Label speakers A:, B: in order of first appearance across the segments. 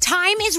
A: Time is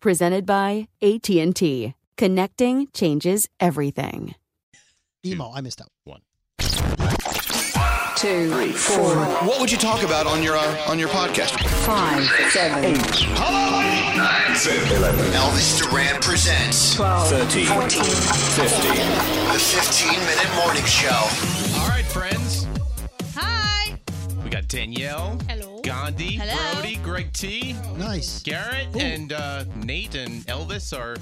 B: presented by AT&T. Connecting changes everything.
C: Emo, I missed out. One.
D: Two, three, four,
E: What would you talk about on your uh, on your podcast?
D: five, seven, eight,
E: Elvis Duran presents
D: twelve,
F: 13,
D: fourteen,
F: 15.
E: the 15 minute morning show.
G: All right, friends.
H: Hi.
G: We got Danielle,
H: Hello.
G: Gandhi,
H: Hello.
G: Brody, Greg T,
C: Nice.
G: Garrett,
C: Ooh.
G: and uh, Nate and Elvis are.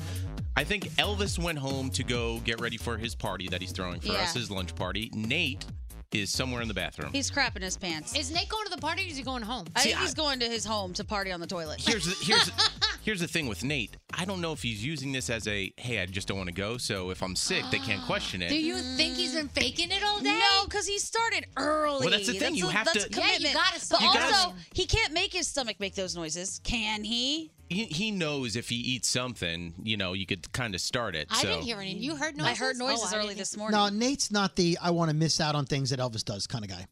G: I think Elvis went home to go get ready for his party that he's throwing for
H: Yeah.
G: us, his lunch party. Nate is somewhere in the bathroom.
H: He's crapping his pants.
A: Is Nate going to the party or is he going home?
H: I think he's going to his home to party on the toilet.
G: Here's the, here's the- here's the thing with Nate. I don't know if he's using this as a hey, I just don't want to go. So if I'm sick, they can't question it.
A: Do you think he's been faking it all day?
H: No, because he started early.
G: Well, that's the thing. You
H: a-
G: have
H: that's A
G: to- Yeah,
A: you
H: commitment.
A: gotta
H: but
A: stop.
G: You gotta-
H: also, he can't make his stomach make those noises. Can he?
G: He, he knows if he eats something, you know, you could kind of start it.
A: I
G: so.
A: didn't hear any. You heard noises?
H: I heard noises
A: Oh, I
H: early
A: didn't
H: this
A: hear-
H: morning.
C: No, Nate's not the I want to miss out on things that Elvis does kind of guy.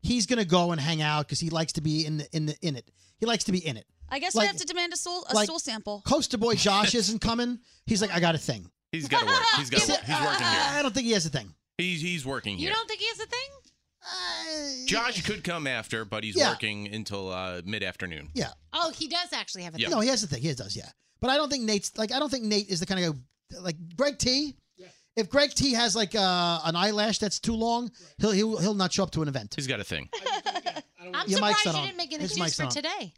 C: He's gonna go and hang out because he likes to be in the in the in it. He likes to be in it.
H: I guess we
C: like-
H: have to demand a stool a
C: like-
H: stool sample.
C: Coaster boy Josh isn't coming. He's like, I got a thing.
G: He's got to work. He's got to work. He's working
C: I
G: here.
C: don't think he has a thing.
G: He's he's working
A: You
G: here.
A: don't think he has a thing?
C: Uh,
G: Josh could come after, but he's
C: Yeah.
G: working until uh, mid afternoon.
C: Yeah.
A: Oh, he does actually have a
G: Yeah.
A: thing.
C: No, he has a thing. He does, yeah. But I don't think Nate's like I don't think Nate is the kind of guy like Greg T. If Greg T has like uh, an eyelash that's too long, he'll, he'll he'll not show up to an event.
G: He's got a thing.
A: I'm
C: Your mic's not
A: surprised you
C: on.
A: didn't make an
C: His
A: excuse
C: mic's
A: for
C: not on.
A: today.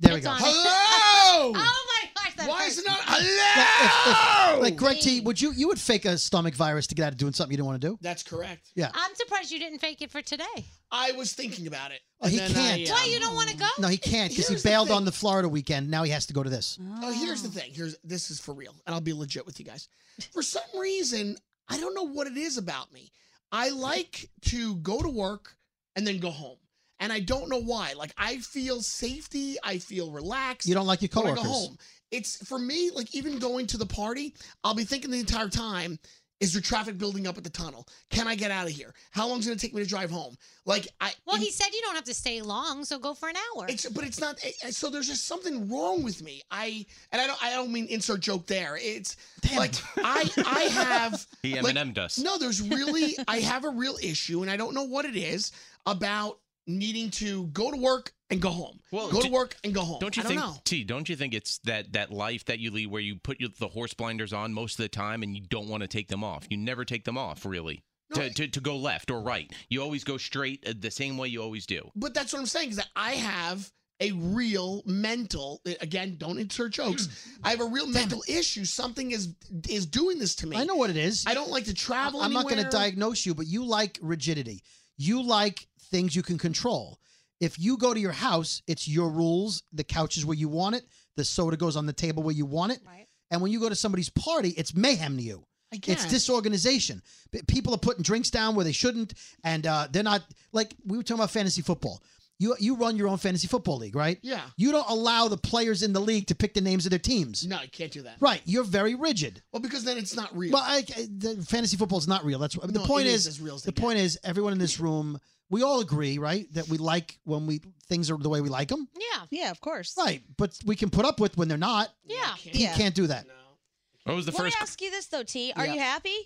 C: There we
A: It's
C: go.
A: on.
C: Hello.
A: Oh my gosh, that
F: Why is it not
C: If-
F: allowed?
C: like Greg T, would you you would fake a stomach virus to get out of doing something you didn't want to do?
F: That's correct.
C: Yeah.
A: I'm surprised you didn't fake it for today.
F: I was thinking about it.
C: Oh, he
F: and then I,
C: can't.
F: uh,
D: um,
A: Why you don't want to go?
C: No, he can't because he
F: Here's the
C: bailed
F: thing.
C: on the Florida weekend. Now he has to go to this.
F: Oh, here's the thing. Here's this is for real, and I'll be legit with you guys. For some reason, I don't know what it is about me. I like to go to work and then go home, and I don't know why. Like I feel safety, I feel relaxed.
C: You don't like your
F: when I go
C: coworkers.
F: home. It's for me. Like even going to the party, I'll be thinking the entire time. Is there traffic building up at the tunnel? Can I get out of here? How long is it going to take me to drive home? Like I.
A: Well,
F: in-
A: he said you don't have to stay long, so go for an hour.
F: it's but it's not. I- I- So there's just something wrong with me. I and I don't. I don't mean insert joke there. It's like I I have.
G: He
F: like,
G: Eminem'd us.
F: No, there's really. I have a real issue, and I don't know what it is about needing to go to work and go home.
G: Well,
F: go
G: d-
F: to work and go home.
G: Don't you
F: I
G: think,
F: Don't know.
G: T? Don't you think it's that that life that you lead where you put your, the horse blinders on most of the time and you don't want to take them off. You never take them off, really. to, to to go left or right, you always go straight uh, the same way you always do.
F: But that's what I'm saying is that I have a real mental again don't insert jokes
C: Mm.
F: i have a real mental issue something is is doing this to me
C: I know what it is.
F: i don't like to travel
C: I'm not going to
F: anywhere.
C: diagnose you, but you like rigidity. You like things you can control. If you go to your house, it's your rules. The couch is where you want it. The soda goes on the table where you want it. And when you go to somebody's party, it's mayhem to you.
F: I
C: It's
F: guess.
C: disorganization. P- People are putting drinks down where they shouldn't, and uh, they're not like we were talking about fantasy football. You you run your own fantasy football league, right?
F: Yeah.
C: You don't allow the players in the league to pick the names of their teams.
F: no you can't do that
C: Right. You're very rigid.
F: well because then it's not real
C: Well, I, I- the fantasy football is not real. That's what
F: No,
C: the point
F: it
C: is.
F: is as real as
C: the
F: they
C: point is, everyone in this room, we all agree, right, that we like when we things are the way we like them,
A: yeah. Yeah, of course.
C: right? But we can put up with when they're not.
A: Yeah.
C: He can't do that.
G: What was the
H: Let me
G: first?
H: ask you this though, T. Are
G: Yeah.
H: you happy?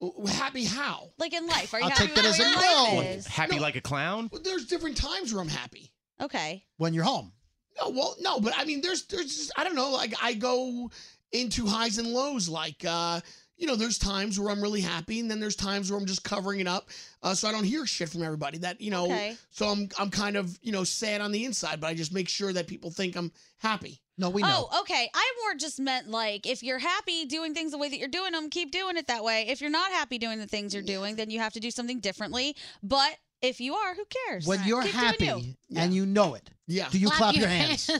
F: W- happy how
H: Like in life, are you
C: I'll
H: happy
C: take that
H: with
C: as
H: the
C: a
H: way your
C: no.
H: life
C: Well,
H: is?
G: Happy like a clown?
F: Well, there's different times where I'm happy.
H: Okay.
C: When you're home,
F: No, well, no, but I mean, there's, there's, just, I don't know. Like I go into highs and lows. Like, uh, you know, there's times where I'm really happy, and then there's times where I'm just covering it up, uh, so I don't hear shit from everybody. That you know,
H: Okay.
F: so I'm, I'm kind of, you know, sad on the inside, but I just make sure that people think I'm happy.
C: No, we
H: Oh, okay. I more just meant like if you're happy doing things the way that you're doing them, keep doing it that way. If you're not happy doing the things you're doing, then you have to do something differently. But if you are, who cares?
C: when you're
H: Keep doing
C: happy
H: you.
C: and you know it.
F: Yeah.
C: Do you clap, your hands?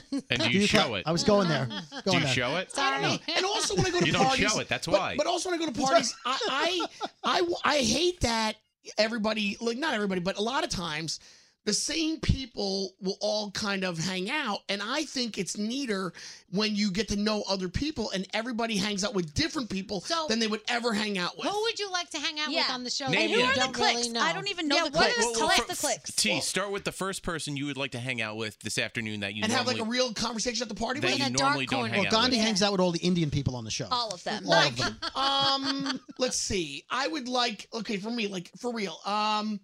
G: And do you show
C: clap-
G: it?
C: I was going there.
G: Do
C: Going
G: you
C: there.
G: show it?
F: I don't know. And also when I go to
G: You don't
F: parties,
G: show it, that's
F: but-
G: why.
F: But, also when I go to parties, I, I I I hate that everybody like not everybody, but a lot of times the same people will all kind of hang out, and I think it's neater when you get to know other people, and everybody hangs out with different people than they would ever hang out with.
A: Who would you like to hang out with on the show?
G: Name
A: that
G: And who
A: you
G: are the
A: don't really
H: clicks?
A: know?
H: I don't even know the
A: What
H: clicks.
A: are the
H: Well,
A: clicks?
H: the clicks?
G: T, start with the first person you would like to hang out with this afternoon that you
F: and have
G: normally,
F: like a real conversation at the party
G: that
F: with?
G: you normally don't hang
C: Well,
G: out
C: Gandhi
G: with.
C: hangs out with all the Indian people on the show.
H: All of them.
C: All of them.
F: um let's see i would like okay for me like for real um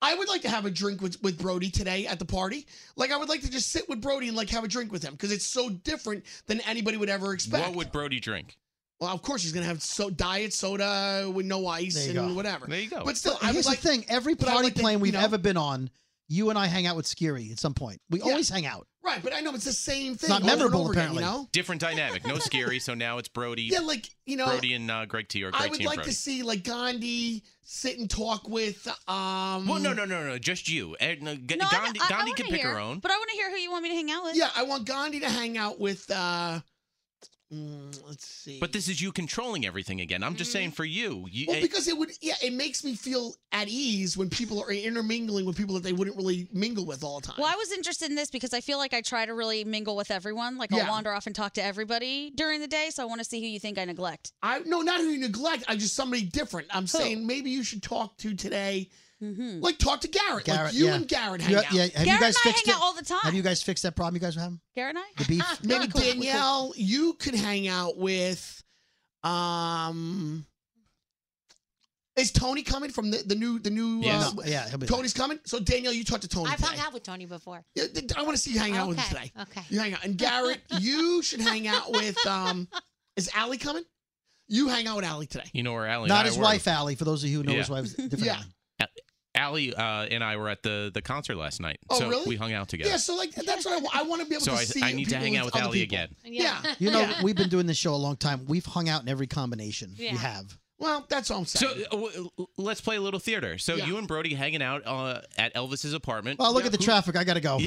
F: i would like to have a drink with, with brody today at the party like i would like to just sit with brody and like have a drink with him because it's so different than anybody would ever expect
G: What would Brody drink?
F: well of course he's gonna have so diet soda with no ice
C: There
F: and
C: you go.
F: whatever
G: There you go.
F: but still
C: But
F: i
C: here's
F: would like
C: the thing: every
F: but I would
C: party
F: like to,
C: plane
F: you
C: we've
F: know-
C: ever been on, you and I hang out with Skiri at some point. We always hang out.
F: right but i know it's the same thing
C: not
F: over and
C: memorable,
F: over again,
C: apparently.
F: you know
G: Different dynamic. No scary. So now it's Brody.
F: yeah like you know
G: Brody and uh, Greg T or Greg
F: i would
G: T and
F: like
G: Brody.
F: to see like gandhi sit and talk with um
G: well, no, no, no, no, just you. Eh, no, G-
H: No, I-
G: Gandhi,
H: I, I,
G: Gandhi
H: wanna
G: can pick
H: hear,
G: her own.
H: But I want to hear who you want me to hang out with.
F: Yeah, I want Gandhi to hang out with. uh mm, Let's see.
G: But this is you controlling everything again. I'm
H: Mm-hmm.
G: just saying for you. you
F: well,
G: eh,
F: because it would, yeah, it makes me feel at ease when people are intermingling with people that they wouldn't really mingle with all the time.
H: Well, I was interested in this because I feel like I try to really mingle with everyone. Like I'll
F: Yeah.
H: wander off and talk to everybody during the day. So I want to see who you think I neglect.
F: I no, not who you neglect. I just somebody different. I'm saying maybe you should talk to today, like talk to Garrett.
C: Garrett,
F: like you
C: yeah.
F: and Garrett hang
C: Yeah,
F: out.
C: yeah. Have you
H: Garrett
C: guys
H: and I
C: fixed
H: hang
C: it?
H: out all the time.
C: Have you guys fixed that problem you guys were having?
H: Garrett and I?
C: The beef.
F: Maybe Danielle, you could hang out with. Um, is Tony coming from the, the new the new?
G: Yes.
F: Uh,
C: yeah, he'll be
F: Tony's coming. So Danielle, you talk to Tony.
A: I've hung
F: today.
A: out with Tony before.
F: Yeah, th- I want to see you hang out with him
A: Okay,
F: today.
A: okay.
F: You hang out. And Garrett, you should hang out with um is Allie coming? You hang out with Allie today.
G: you know where Allie
C: Not
G: and I
C: his
G: were.
C: wife, Allie. For those of you who know his
G: Yeah.
C: wife's different.
F: Yeah.
C: Allie.
G: Allie uh, and I were at the the concert last night.
F: Oh,
G: so
F: really?
G: we hung out together.
F: Yeah, so like that's what I want. I want to be able
G: So
F: to
G: I-
F: see.
G: I need to
F: people
G: hang out with
F: other
G: Ali
F: people.
G: again.
F: Yeah.
C: You know,
F: Yeah.
C: we've been doing this show a long time. We've hung out in every combination
F: Yeah.
C: we have.
F: Well, that's what I'm
G: So
F: saying.
G: uh, w- l- let's play a little theater. So
F: Yeah.
G: you and Brody hanging out uh, at Elvis's apartment.
C: Well, Oh, look at the
G: Who-
C: traffic. I got to go.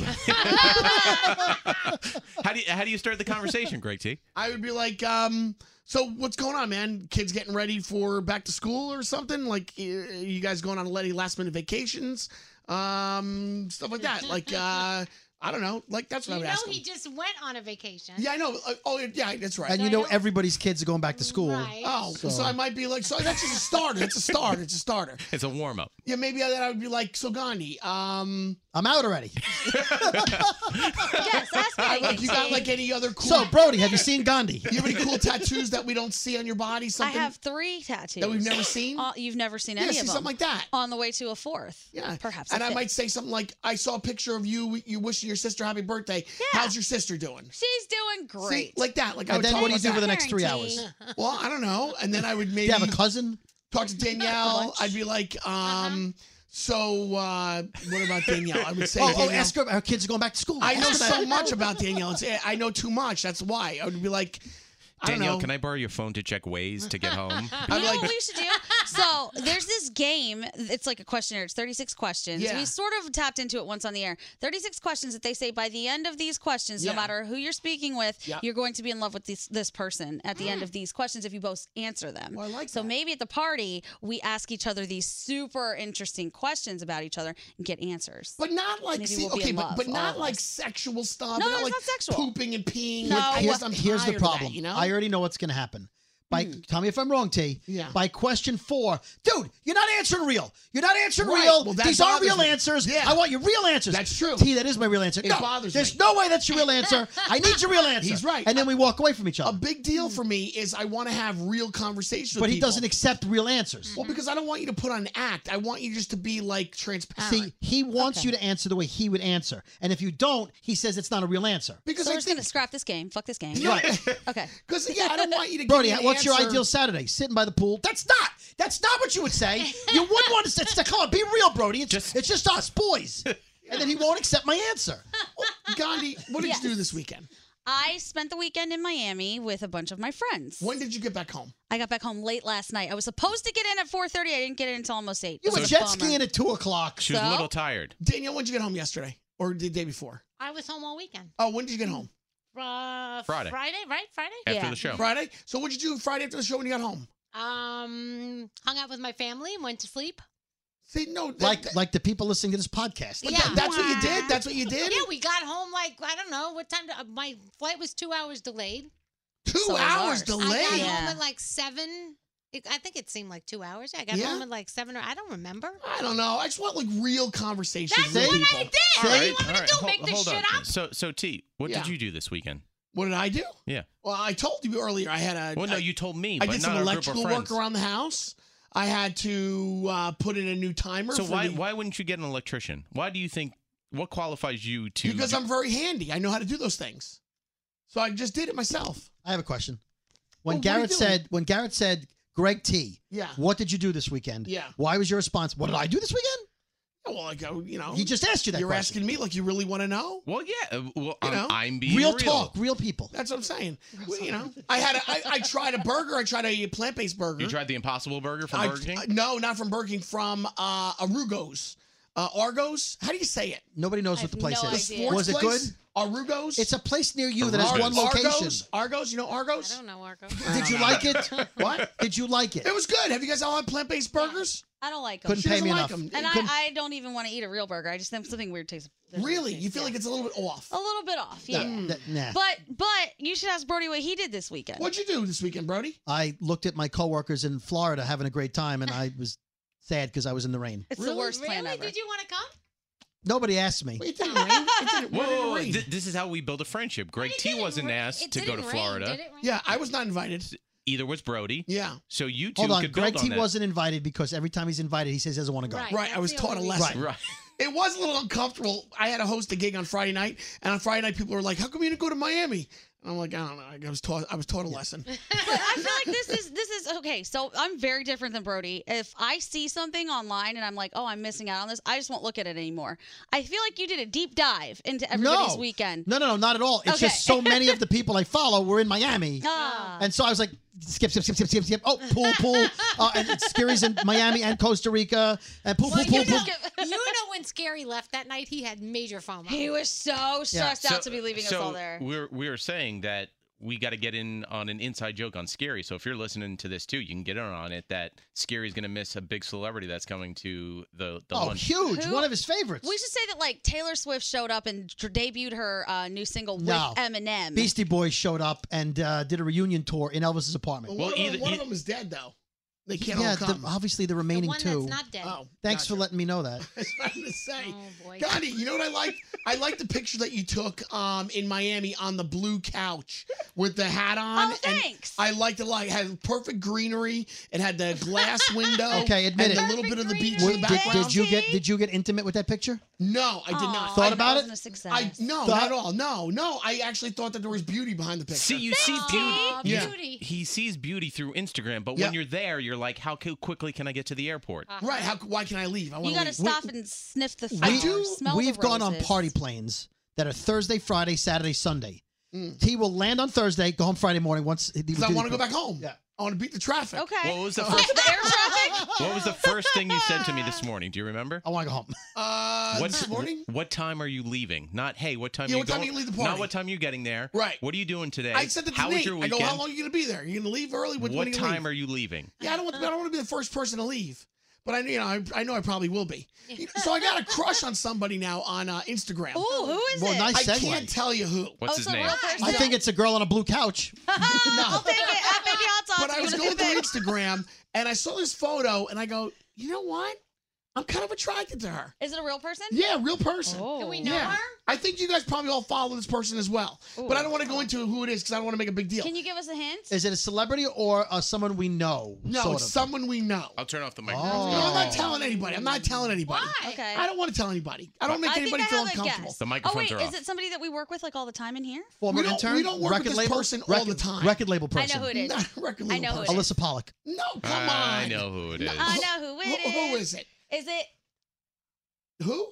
G: How do you, how do you start the conversation, Greg T?
F: I would be like, um, so what's going on, man? Kids getting ready for back to school or something? Like, y- you guys going on a lady last minute vacations, um, stuff like that. Like, uh, I don't know. Like Oh, that's what I
A: You
F: would
A: know,
F: ask.
A: he
F: him.
A: just went on a vacation.
F: Yeah, I know. Uh, Oh, yeah, that's right.
C: And you know, everybody's kids are going back to school.
F: Oh, so. I might be like, so that's just a starter. It's a starter. It's a starter.
G: It's a warm up.
F: Yeah, maybe then I would be like, so Gandhi, um,
C: I'm out already.
F: I- like you got like any other cool?
C: So, Brody, have you seen Gandhi?
F: You have any cool tattoos that we don't see on your body?
H: I
F: Something
H: have three tattoos
F: that we've never seen.
H: Uh, you've never seen
F: Yeah,
H: any
F: see,
H: of them.
F: something like that.
H: On the way to a fourth.
F: Yeah,
H: perhaps. a
F: And I
H: fifth.
F: might say something like, "I saw a picture of you. You wishing your sister happy birthday. How's your sister doing?"
H: She's doing
F: See,
H: great.
F: like that. Like, I
C: And
F: would
C: then
F: talk
C: what do
F: about
C: you do for
F: that.
C: the next three Guarantee.
F: Well, I don't know. And then I would maybe
C: you have a cousin?
F: talk to Danielle. I'd be like,
H: Uh-huh.
F: um, "So, uh, what about Danielle?" I would say,
C: oh, oh,
F: Danielle-
C: ask her. Our kids are going back to school.
F: I know
C: Ask her
F: so
C: that.
F: much about Danielle. It's, eh, I know too much. That's why I would be like, I don't
G: Danielle,
F: know.
G: can I borrow your phone to check ways to get home?
F: I'm
H: you know
F: like-
H: what we should do? So there's this game. It's like a questionnaire. It's 36 questions.
F: Yeah.
H: We sort of tapped into it once on the air. 36 questions that they say by the end of these questions,
F: Yeah.
H: no matter who you're speaking with,
F: Yeah.
H: you're going to be in love with this this person at the end of these questions if you both answer them.
F: I like
H: so maybe at the party we ask each other these super interesting questions about each other and get answers.
F: But not like
H: Maybe
F: see,
H: we'll be
F: okay,
H: in
F: but,
H: love,
F: but
H: all
F: not
H: of
F: like
H: us.
F: sexual stuff.
H: No,
F: and
H: no,
F: not
H: it's
F: like
H: not sexual.
F: Pooping and peeing.
H: No.
F: Like,
C: Here's,
F: I'm
C: here's the
F: tired of that,
C: problem.
F: you know,
C: I already know what's going to happen. By tell me if I'm wrong, T.
F: Yeah.
C: By question four, dude, you're not answering real. You're not answering
F: Right.
C: real.
F: Well, that
C: These are
F: bothers
C: real
F: me.
C: answers.
F: Yeah.
C: I want your real answers.
F: That's true.
C: T, that is my real answer.
F: It
C: no,
F: bothers
C: there's
F: me.
C: no way that's your real answer. I need your real answer.
F: He's right.
C: And then we walk away from each
F: a
C: other.
F: big deal for me is I want to have real conversations.
C: Hmm.
F: with
C: But he
F: people.
C: doesn't accept real answers.
F: Well, because I don't want you to put on an act. I want you just to be like transparent.
C: See, he wants you to answer the way he would answer, and if you don't, he says it's not a real answer.
F: because
H: so
F: I
H: we're just gonna
F: think,
H: scrap this game. Fuck this game.
C: Right.
H: Okay.
F: because yeah, I don't want you to. give
C: Brody,
F: me an
C: what's your
F: answer.
C: ideal Saturday? Sitting by the pool? That's not. That's not what you would say. You wouldn't want to. It's, come on, be real, Brody. It's just, it's just us boys. And then he won't accept my answer.
F: Gandhi? What did
H: Yes.
F: you do this weekend?
H: I spent the weekend in Miami with a bunch of my friends.
F: When did you get back home?
H: I got back home late last night. I was supposed to get in at 4:30. I didn't get in until almost eight.
C: You
H: It
C: were
H: was a
C: jet
H: bummer.
C: skiing at two o'clock.
G: She was a
H: So?
G: little tired.
F: Danielle, when did you get home yesterday or the day before?
A: I was home all weekend.
F: Oh, when did you get home?
A: Uh,
G: Friday.
A: Friday, right? Friday.
G: After
H: Yeah.
G: the show.
F: Friday. So what did you do Friday after the show when you got home?
A: Um, hung out with my family, went to sleep.
F: See, no, that-
C: Like
F: that-
C: like the people listening to this podcast.
F: But that- that's what you did. That's what you did.
A: Yeah, we got home like I don't know what time. To, my flight was two hours delayed.
F: Two
H: So worse.
F: hours
A: I got
F: delayed.
H: Yeah.
A: home at like seven. It, I think it seemed like two hours. I got
F: Yeah.
A: home at like seven or I don't remember.
F: I don't know. I just want like real conversations.
A: That's
F: with
C: what
F: people.
A: I did. What do you want me to do?
G: Hold-
A: Make this
G: hold
A: shit
G: on.
A: up?
G: So, so T, what
F: Yeah.
G: did you do this weekend?
F: What did I do?
G: Yeah.
F: Well, I told you earlier. I had a.
G: Well, no,
F: I-
G: you told me,
F: I
G: but
F: did
G: not
F: some
G: our
F: electrical
G: group of
F: work
G: friends.
F: around the house. I had to uh, put in a new timer.
G: So
F: for
G: why
F: the-
G: why wouldn't you get an electrician? Why do you think what qualifies you to?
F: Because
G: do-
F: I'm very handy. I know how to do those things. So I just did it myself.
C: I have a question. When
F: Well, what are you
C: Garrett
F: doing?
C: said, when Garrett said, Greg T,
F: Yeah.
C: what did you do this weekend?
F: Yeah.
C: Why was your response? What did I do this weekend?
F: Well, like I, you know,
C: He just asked you that
F: you're
C: question.
F: asking me like you really want to know.
G: Well, yeah. uh, Well, I'm,
F: know,
G: I'm being
C: real, talk, real people.
F: That's what I'm saying. Well, you know, I had a, I, I tried a burger. I tried a plant-based burger.
G: You tried the Impossible Burger from
F: I-
G: Burger King.
F: I- no, not from Burger King. From uh, Arugos. Uh, Argos. How do you say it?
C: Nobody knows what the place
H: no
C: is.
H: idea.
F: Sports
C: Was it
F: place?
C: good?
F: Arugos.
C: It's a place near you that has
G: Argos.
C: one location.
F: Argos. Argos. You know Argos?
A: I don't know, Marco.
C: Did you like it?
F: What?
C: Did you like it?
F: It was good. Have you guys all had plant-based burgers?
H: I don't like them.
C: Couldn't
F: She
C: pay
F: doesn't
C: me
F: like
C: enough.
F: them.
H: And
C: Couldn't-
H: I, I don't even want to eat a real burger. I just think something weird tastes. doesn't
F: Really?
H: taste-
F: You feel
H: yeah.
F: like it's a little bit off.
A: Oh.
H: a little bit off?
C: Nah,
H: Yeah.
C: that- nah.
H: But but you should ask Brody what he did this weekend.
F: What'd you do this weekend, Brody?
H: Uh,
C: I looked at my coworkers in Florida having a great time, and I was sad because I was in the rain.
H: it's
F: Really?
H: the worst plan
A: really?
H: ever.
A: Did you want to come?
C: Nobody asked me.
F: Well, it didn't rain. It
G: Whoa,
F: didn't, where did it
G: whoa, whoa,
F: rain?
G: th- this is how we build a friendship. Greg
A: It
G: T
A: didn't
G: wasn't
A: rain-
G: asked
A: it
G: to go to
A: didn't rain,
G: Florida.
A: did it rain?
C: Oh
F: Yeah, I was not invited.
G: Either was Brody.
F: Yeah.
G: So you two
C: Hold on,
G: could
C: Greg
G: build on
C: T
G: that.
C: wasn't invited because every time he's invited, he says he doesn't want to go.
A: Right.
F: Right. I
A: that's
F: was
A: the
F: taught a
A: only
F: lesson.
G: right.
F: It was a little uncomfortable. I had to host a gig on Friday night, and on Friday night, people were like, How come you didn't go to Miami? And I'm like, I don't know. I was taught. I was taught a lesson.
H: But I feel like this is this is okay. So I'm very different than Brody. If I see something online and I'm like, oh, I'm missing out on this, I just won't look at it anymore. I feel like you did a deep dive into everybody's
C: no.
H: weekend.
C: No, no, no, not at all. It's just
H: Okay.
C: so many of the people I follow were in Miami.
H: Ah.
C: And so I was like, skip, skip, skip, skip, skip, skip. Oh, pool, pool. Uh, and it's Scary's in Miami and Costa Rica. And pool, pool, pool,
A: you,
C: pool.
A: know, you know when Scary left that night, he had major FOMO.
H: He was so stressed out to be leaving us
G: so
H: all there.
G: We're we're saying that we got to get in on an inside joke on Scary. So if you're listening to this too, you can get in on it that Scary's going to miss a big celebrity that's coming to the the
C: Oh,
G: lunch.
C: huge.
H: Who-
C: One of his favorites.
H: We should say that like Taylor Swift showed up and d- debuted her uh, new single
C: No.
H: with Eminem.
C: Beastie Boys showed up and uh, did a reunion tour in Elvis's apartment.
F: Well, e- one, of them, one of them is dead though. They can't
C: yeah,
F: all come.
C: the,
H: uh,
C: obviously the remaining two. Uh,
F: dead. Oh,
C: Thanks for letting me know that.
F: That's what I'm gonna say. Oh boy, Gandhi, you know what I like? I like the picture that you took um, in Miami on the blue couch with the hat on. Oh, thanks. I liked it. Like it had perfect greenery. It had the glass window.
C: Okay, admit
F: and
C: it.
F: A little bit of the beach
C: Were-
F: in the
C: did,
F: background.
C: did you get did you get intimate with that picture?
F: No, I did not.
C: Thought
F: I-
C: about it?
F: I no,
C: Thought-
F: not at all. No, no. I actually thought that there was beauty behind the picture.
G: See, you see beauty.
F: Yeah.
G: He sees beauty through Instagram, but
F: Yeah.
G: when you're there, you're like, how co- quickly can I get to the airport?
F: Right? How? Why can I leave? I
H: you
F: want
H: got
F: to
H: to
F: leave.
H: stop and sniff the
C: We-
H: flowers, smell
C: We've
H: the
C: gone on
H: roses.
C: party planes that are Thursday, Friday, Saturday, Sunday. He will land on Thursday, go home Friday morning. Once
F: Because I want to go back home. I want to beat the traffic.
H: Okay.
G: What was the
F: So-
G: first-
H: Oh.
G: What was the first thing you said to me this morning? Do you remember?
C: I want to go home.
F: Uh,
G: What
F: this morning?
G: What time are you leaving? Not hey, what time?
F: Yeah,
G: are you
F: what time
G: going?
F: you leave the party?
G: Not what time you getting there?
F: Right.
G: What are you doing today?
F: I said that to
G: How was
F: Nate.
G: your
F: I
G: weekend?
F: go, how long are you gonna be there? Are you gonna leave early? When,
G: what
F: when are you gonna
G: time
F: leave?
G: are you leaving?
F: Yeah, I don't want. I don't want to be the first person to leave. But I, you know, I, I know I probably will be. So I got a crush on somebody now on uh, Instagram.
H: Ooh, who is Oh,
C: Well, it? nice
F: I
C: segue.
F: can't tell you who.
G: What's
F: his name?
C: I think it's a girl on a blue couch.
H: I'll take it. At Baby Hot Sauce.
F: But I was going through Instagram and I saw this photo and I go, you know what? I'm kind of attracted to her.
H: Is it a real person?
F: Yeah, real person.
H: Oh. Do we know her?
F: I think you guys probably all follow this person as well. But I
H: Ooh.
F: don't want to go into who it is because I don't want to make a big deal.
H: Can you give us a hint?
C: Is it a celebrity or uh, someone we know?
F: No,
C: sort
F: it's
C: of?
F: someone we know.
G: I'll turn off the
F: No,
G: microphone.
F: I'm not telling anybody. I'm not telling anybody.
H: Why? Okay.
F: I don't want to tell anybody. I don't make
H: I think
F: anybody
H: I
F: feel
H: have a
F: uncomfortable.
H: guess. oh, wait, is it somebody that we work with like all the time in here?
C: Former
F: we don't-
C: intern,
F: we don't work with
C: record
F: this
C: label,
F: person all
C: record,
F: the time.
C: Record label
H: I
C: person.
H: know who it is.
F: Not a record
H: I know who it is.
C: Alyssa Pollock.
F: No, come
G: I
F: on.
G: know who it is.
H: I know who it
F: Who-
H: is.
F: who is it?
H: Is it?
F: Who?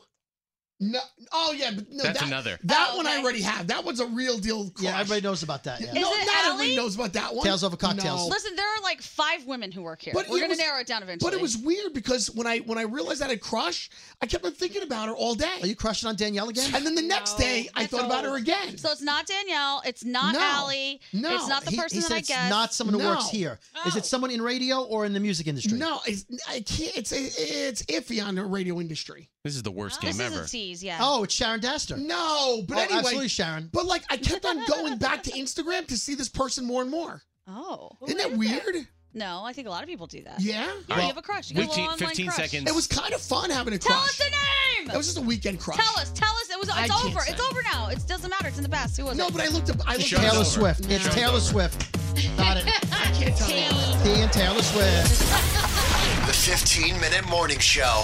F: No. Oh yeah, but no.
G: That's
F: that,
G: another.
F: That
H: Oh,
F: one I
H: okay.
F: already have. That one's a real deal. Crush.
C: Yeah, everybody knows about that. Yeah.
F: no,
H: Is it
F: not
H: Ally?
F: everybody knows about that one.
C: Tales over cocktails.
F: No.
H: Listen, there are like five women who work here.
F: Oh. But
H: We're
F: it
H: gonna
F: was-
H: narrow it down eventually.
F: But it was weird because when I when I realized I had a crush, I kept on thinking about her all day.
C: Are you crushing on Danielle again?
F: And then the next day, I thought about her again.
H: So it's not Danielle. It's not
F: No.
H: Allie.
F: No.
H: It's not the
F: He-
H: person
C: he
H: that
C: said
H: I
C: it's
H: guess.
C: not someone who works
F: No.
C: here. Is it someone in radio or in the music industry?
F: No, it's I can't. It's it's iffy on the radio industry.
G: This is the worst game
H: This is
G: ever.
H: a tease, yeah.
C: Oh, it's Sharon Daster.
F: No, but
C: Oh,
F: anyway,
C: absolutely, Sharon.
F: But like, I kept on going back to Instagram to see this person more and more.
H: Oh.
F: Isn't that weird?
H: No, I think a lot of people do that.
F: Yeah.
H: Yeah, you have a crush. You got a little
G: 15
H: online
G: 15
H: crush.
G: seconds.
F: It was kind of fun having a
H: Tell
F: crush.
H: us the name.
F: It was just a weekend crush.
H: Tell us. Tell us. It was.
F: I
H: It's
F: can't
H: over.
F: say.
H: It's over now. It doesn't matter. It's in the past. Who was
F: No,
H: it?
F: but I looked up. I looked
G: Show's
C: Taylor
G: over.
C: Swift. It's
G: Show's
C: Taylor
G: over.
C: Swift. Got it.
F: I can't tell you.
C: T and Taylor Swift.
E: The 15 Minute Morning Show.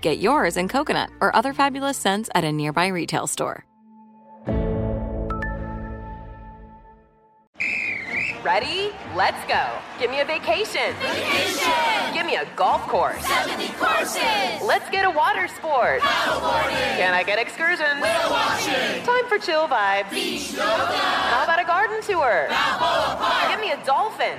H: Get yours in coconut or other fabulous scents at a nearby retail store.
A: Ready? Let's go. Give me a vacation. Vacation. Give me a golf course. 70 courses. Let's get a water sport. Paddleboarding. Can I get excursions? Whale watching. Time for chill vibes. Beach yoga. How about a garden tour? Balboa Park. Give me a dolphin.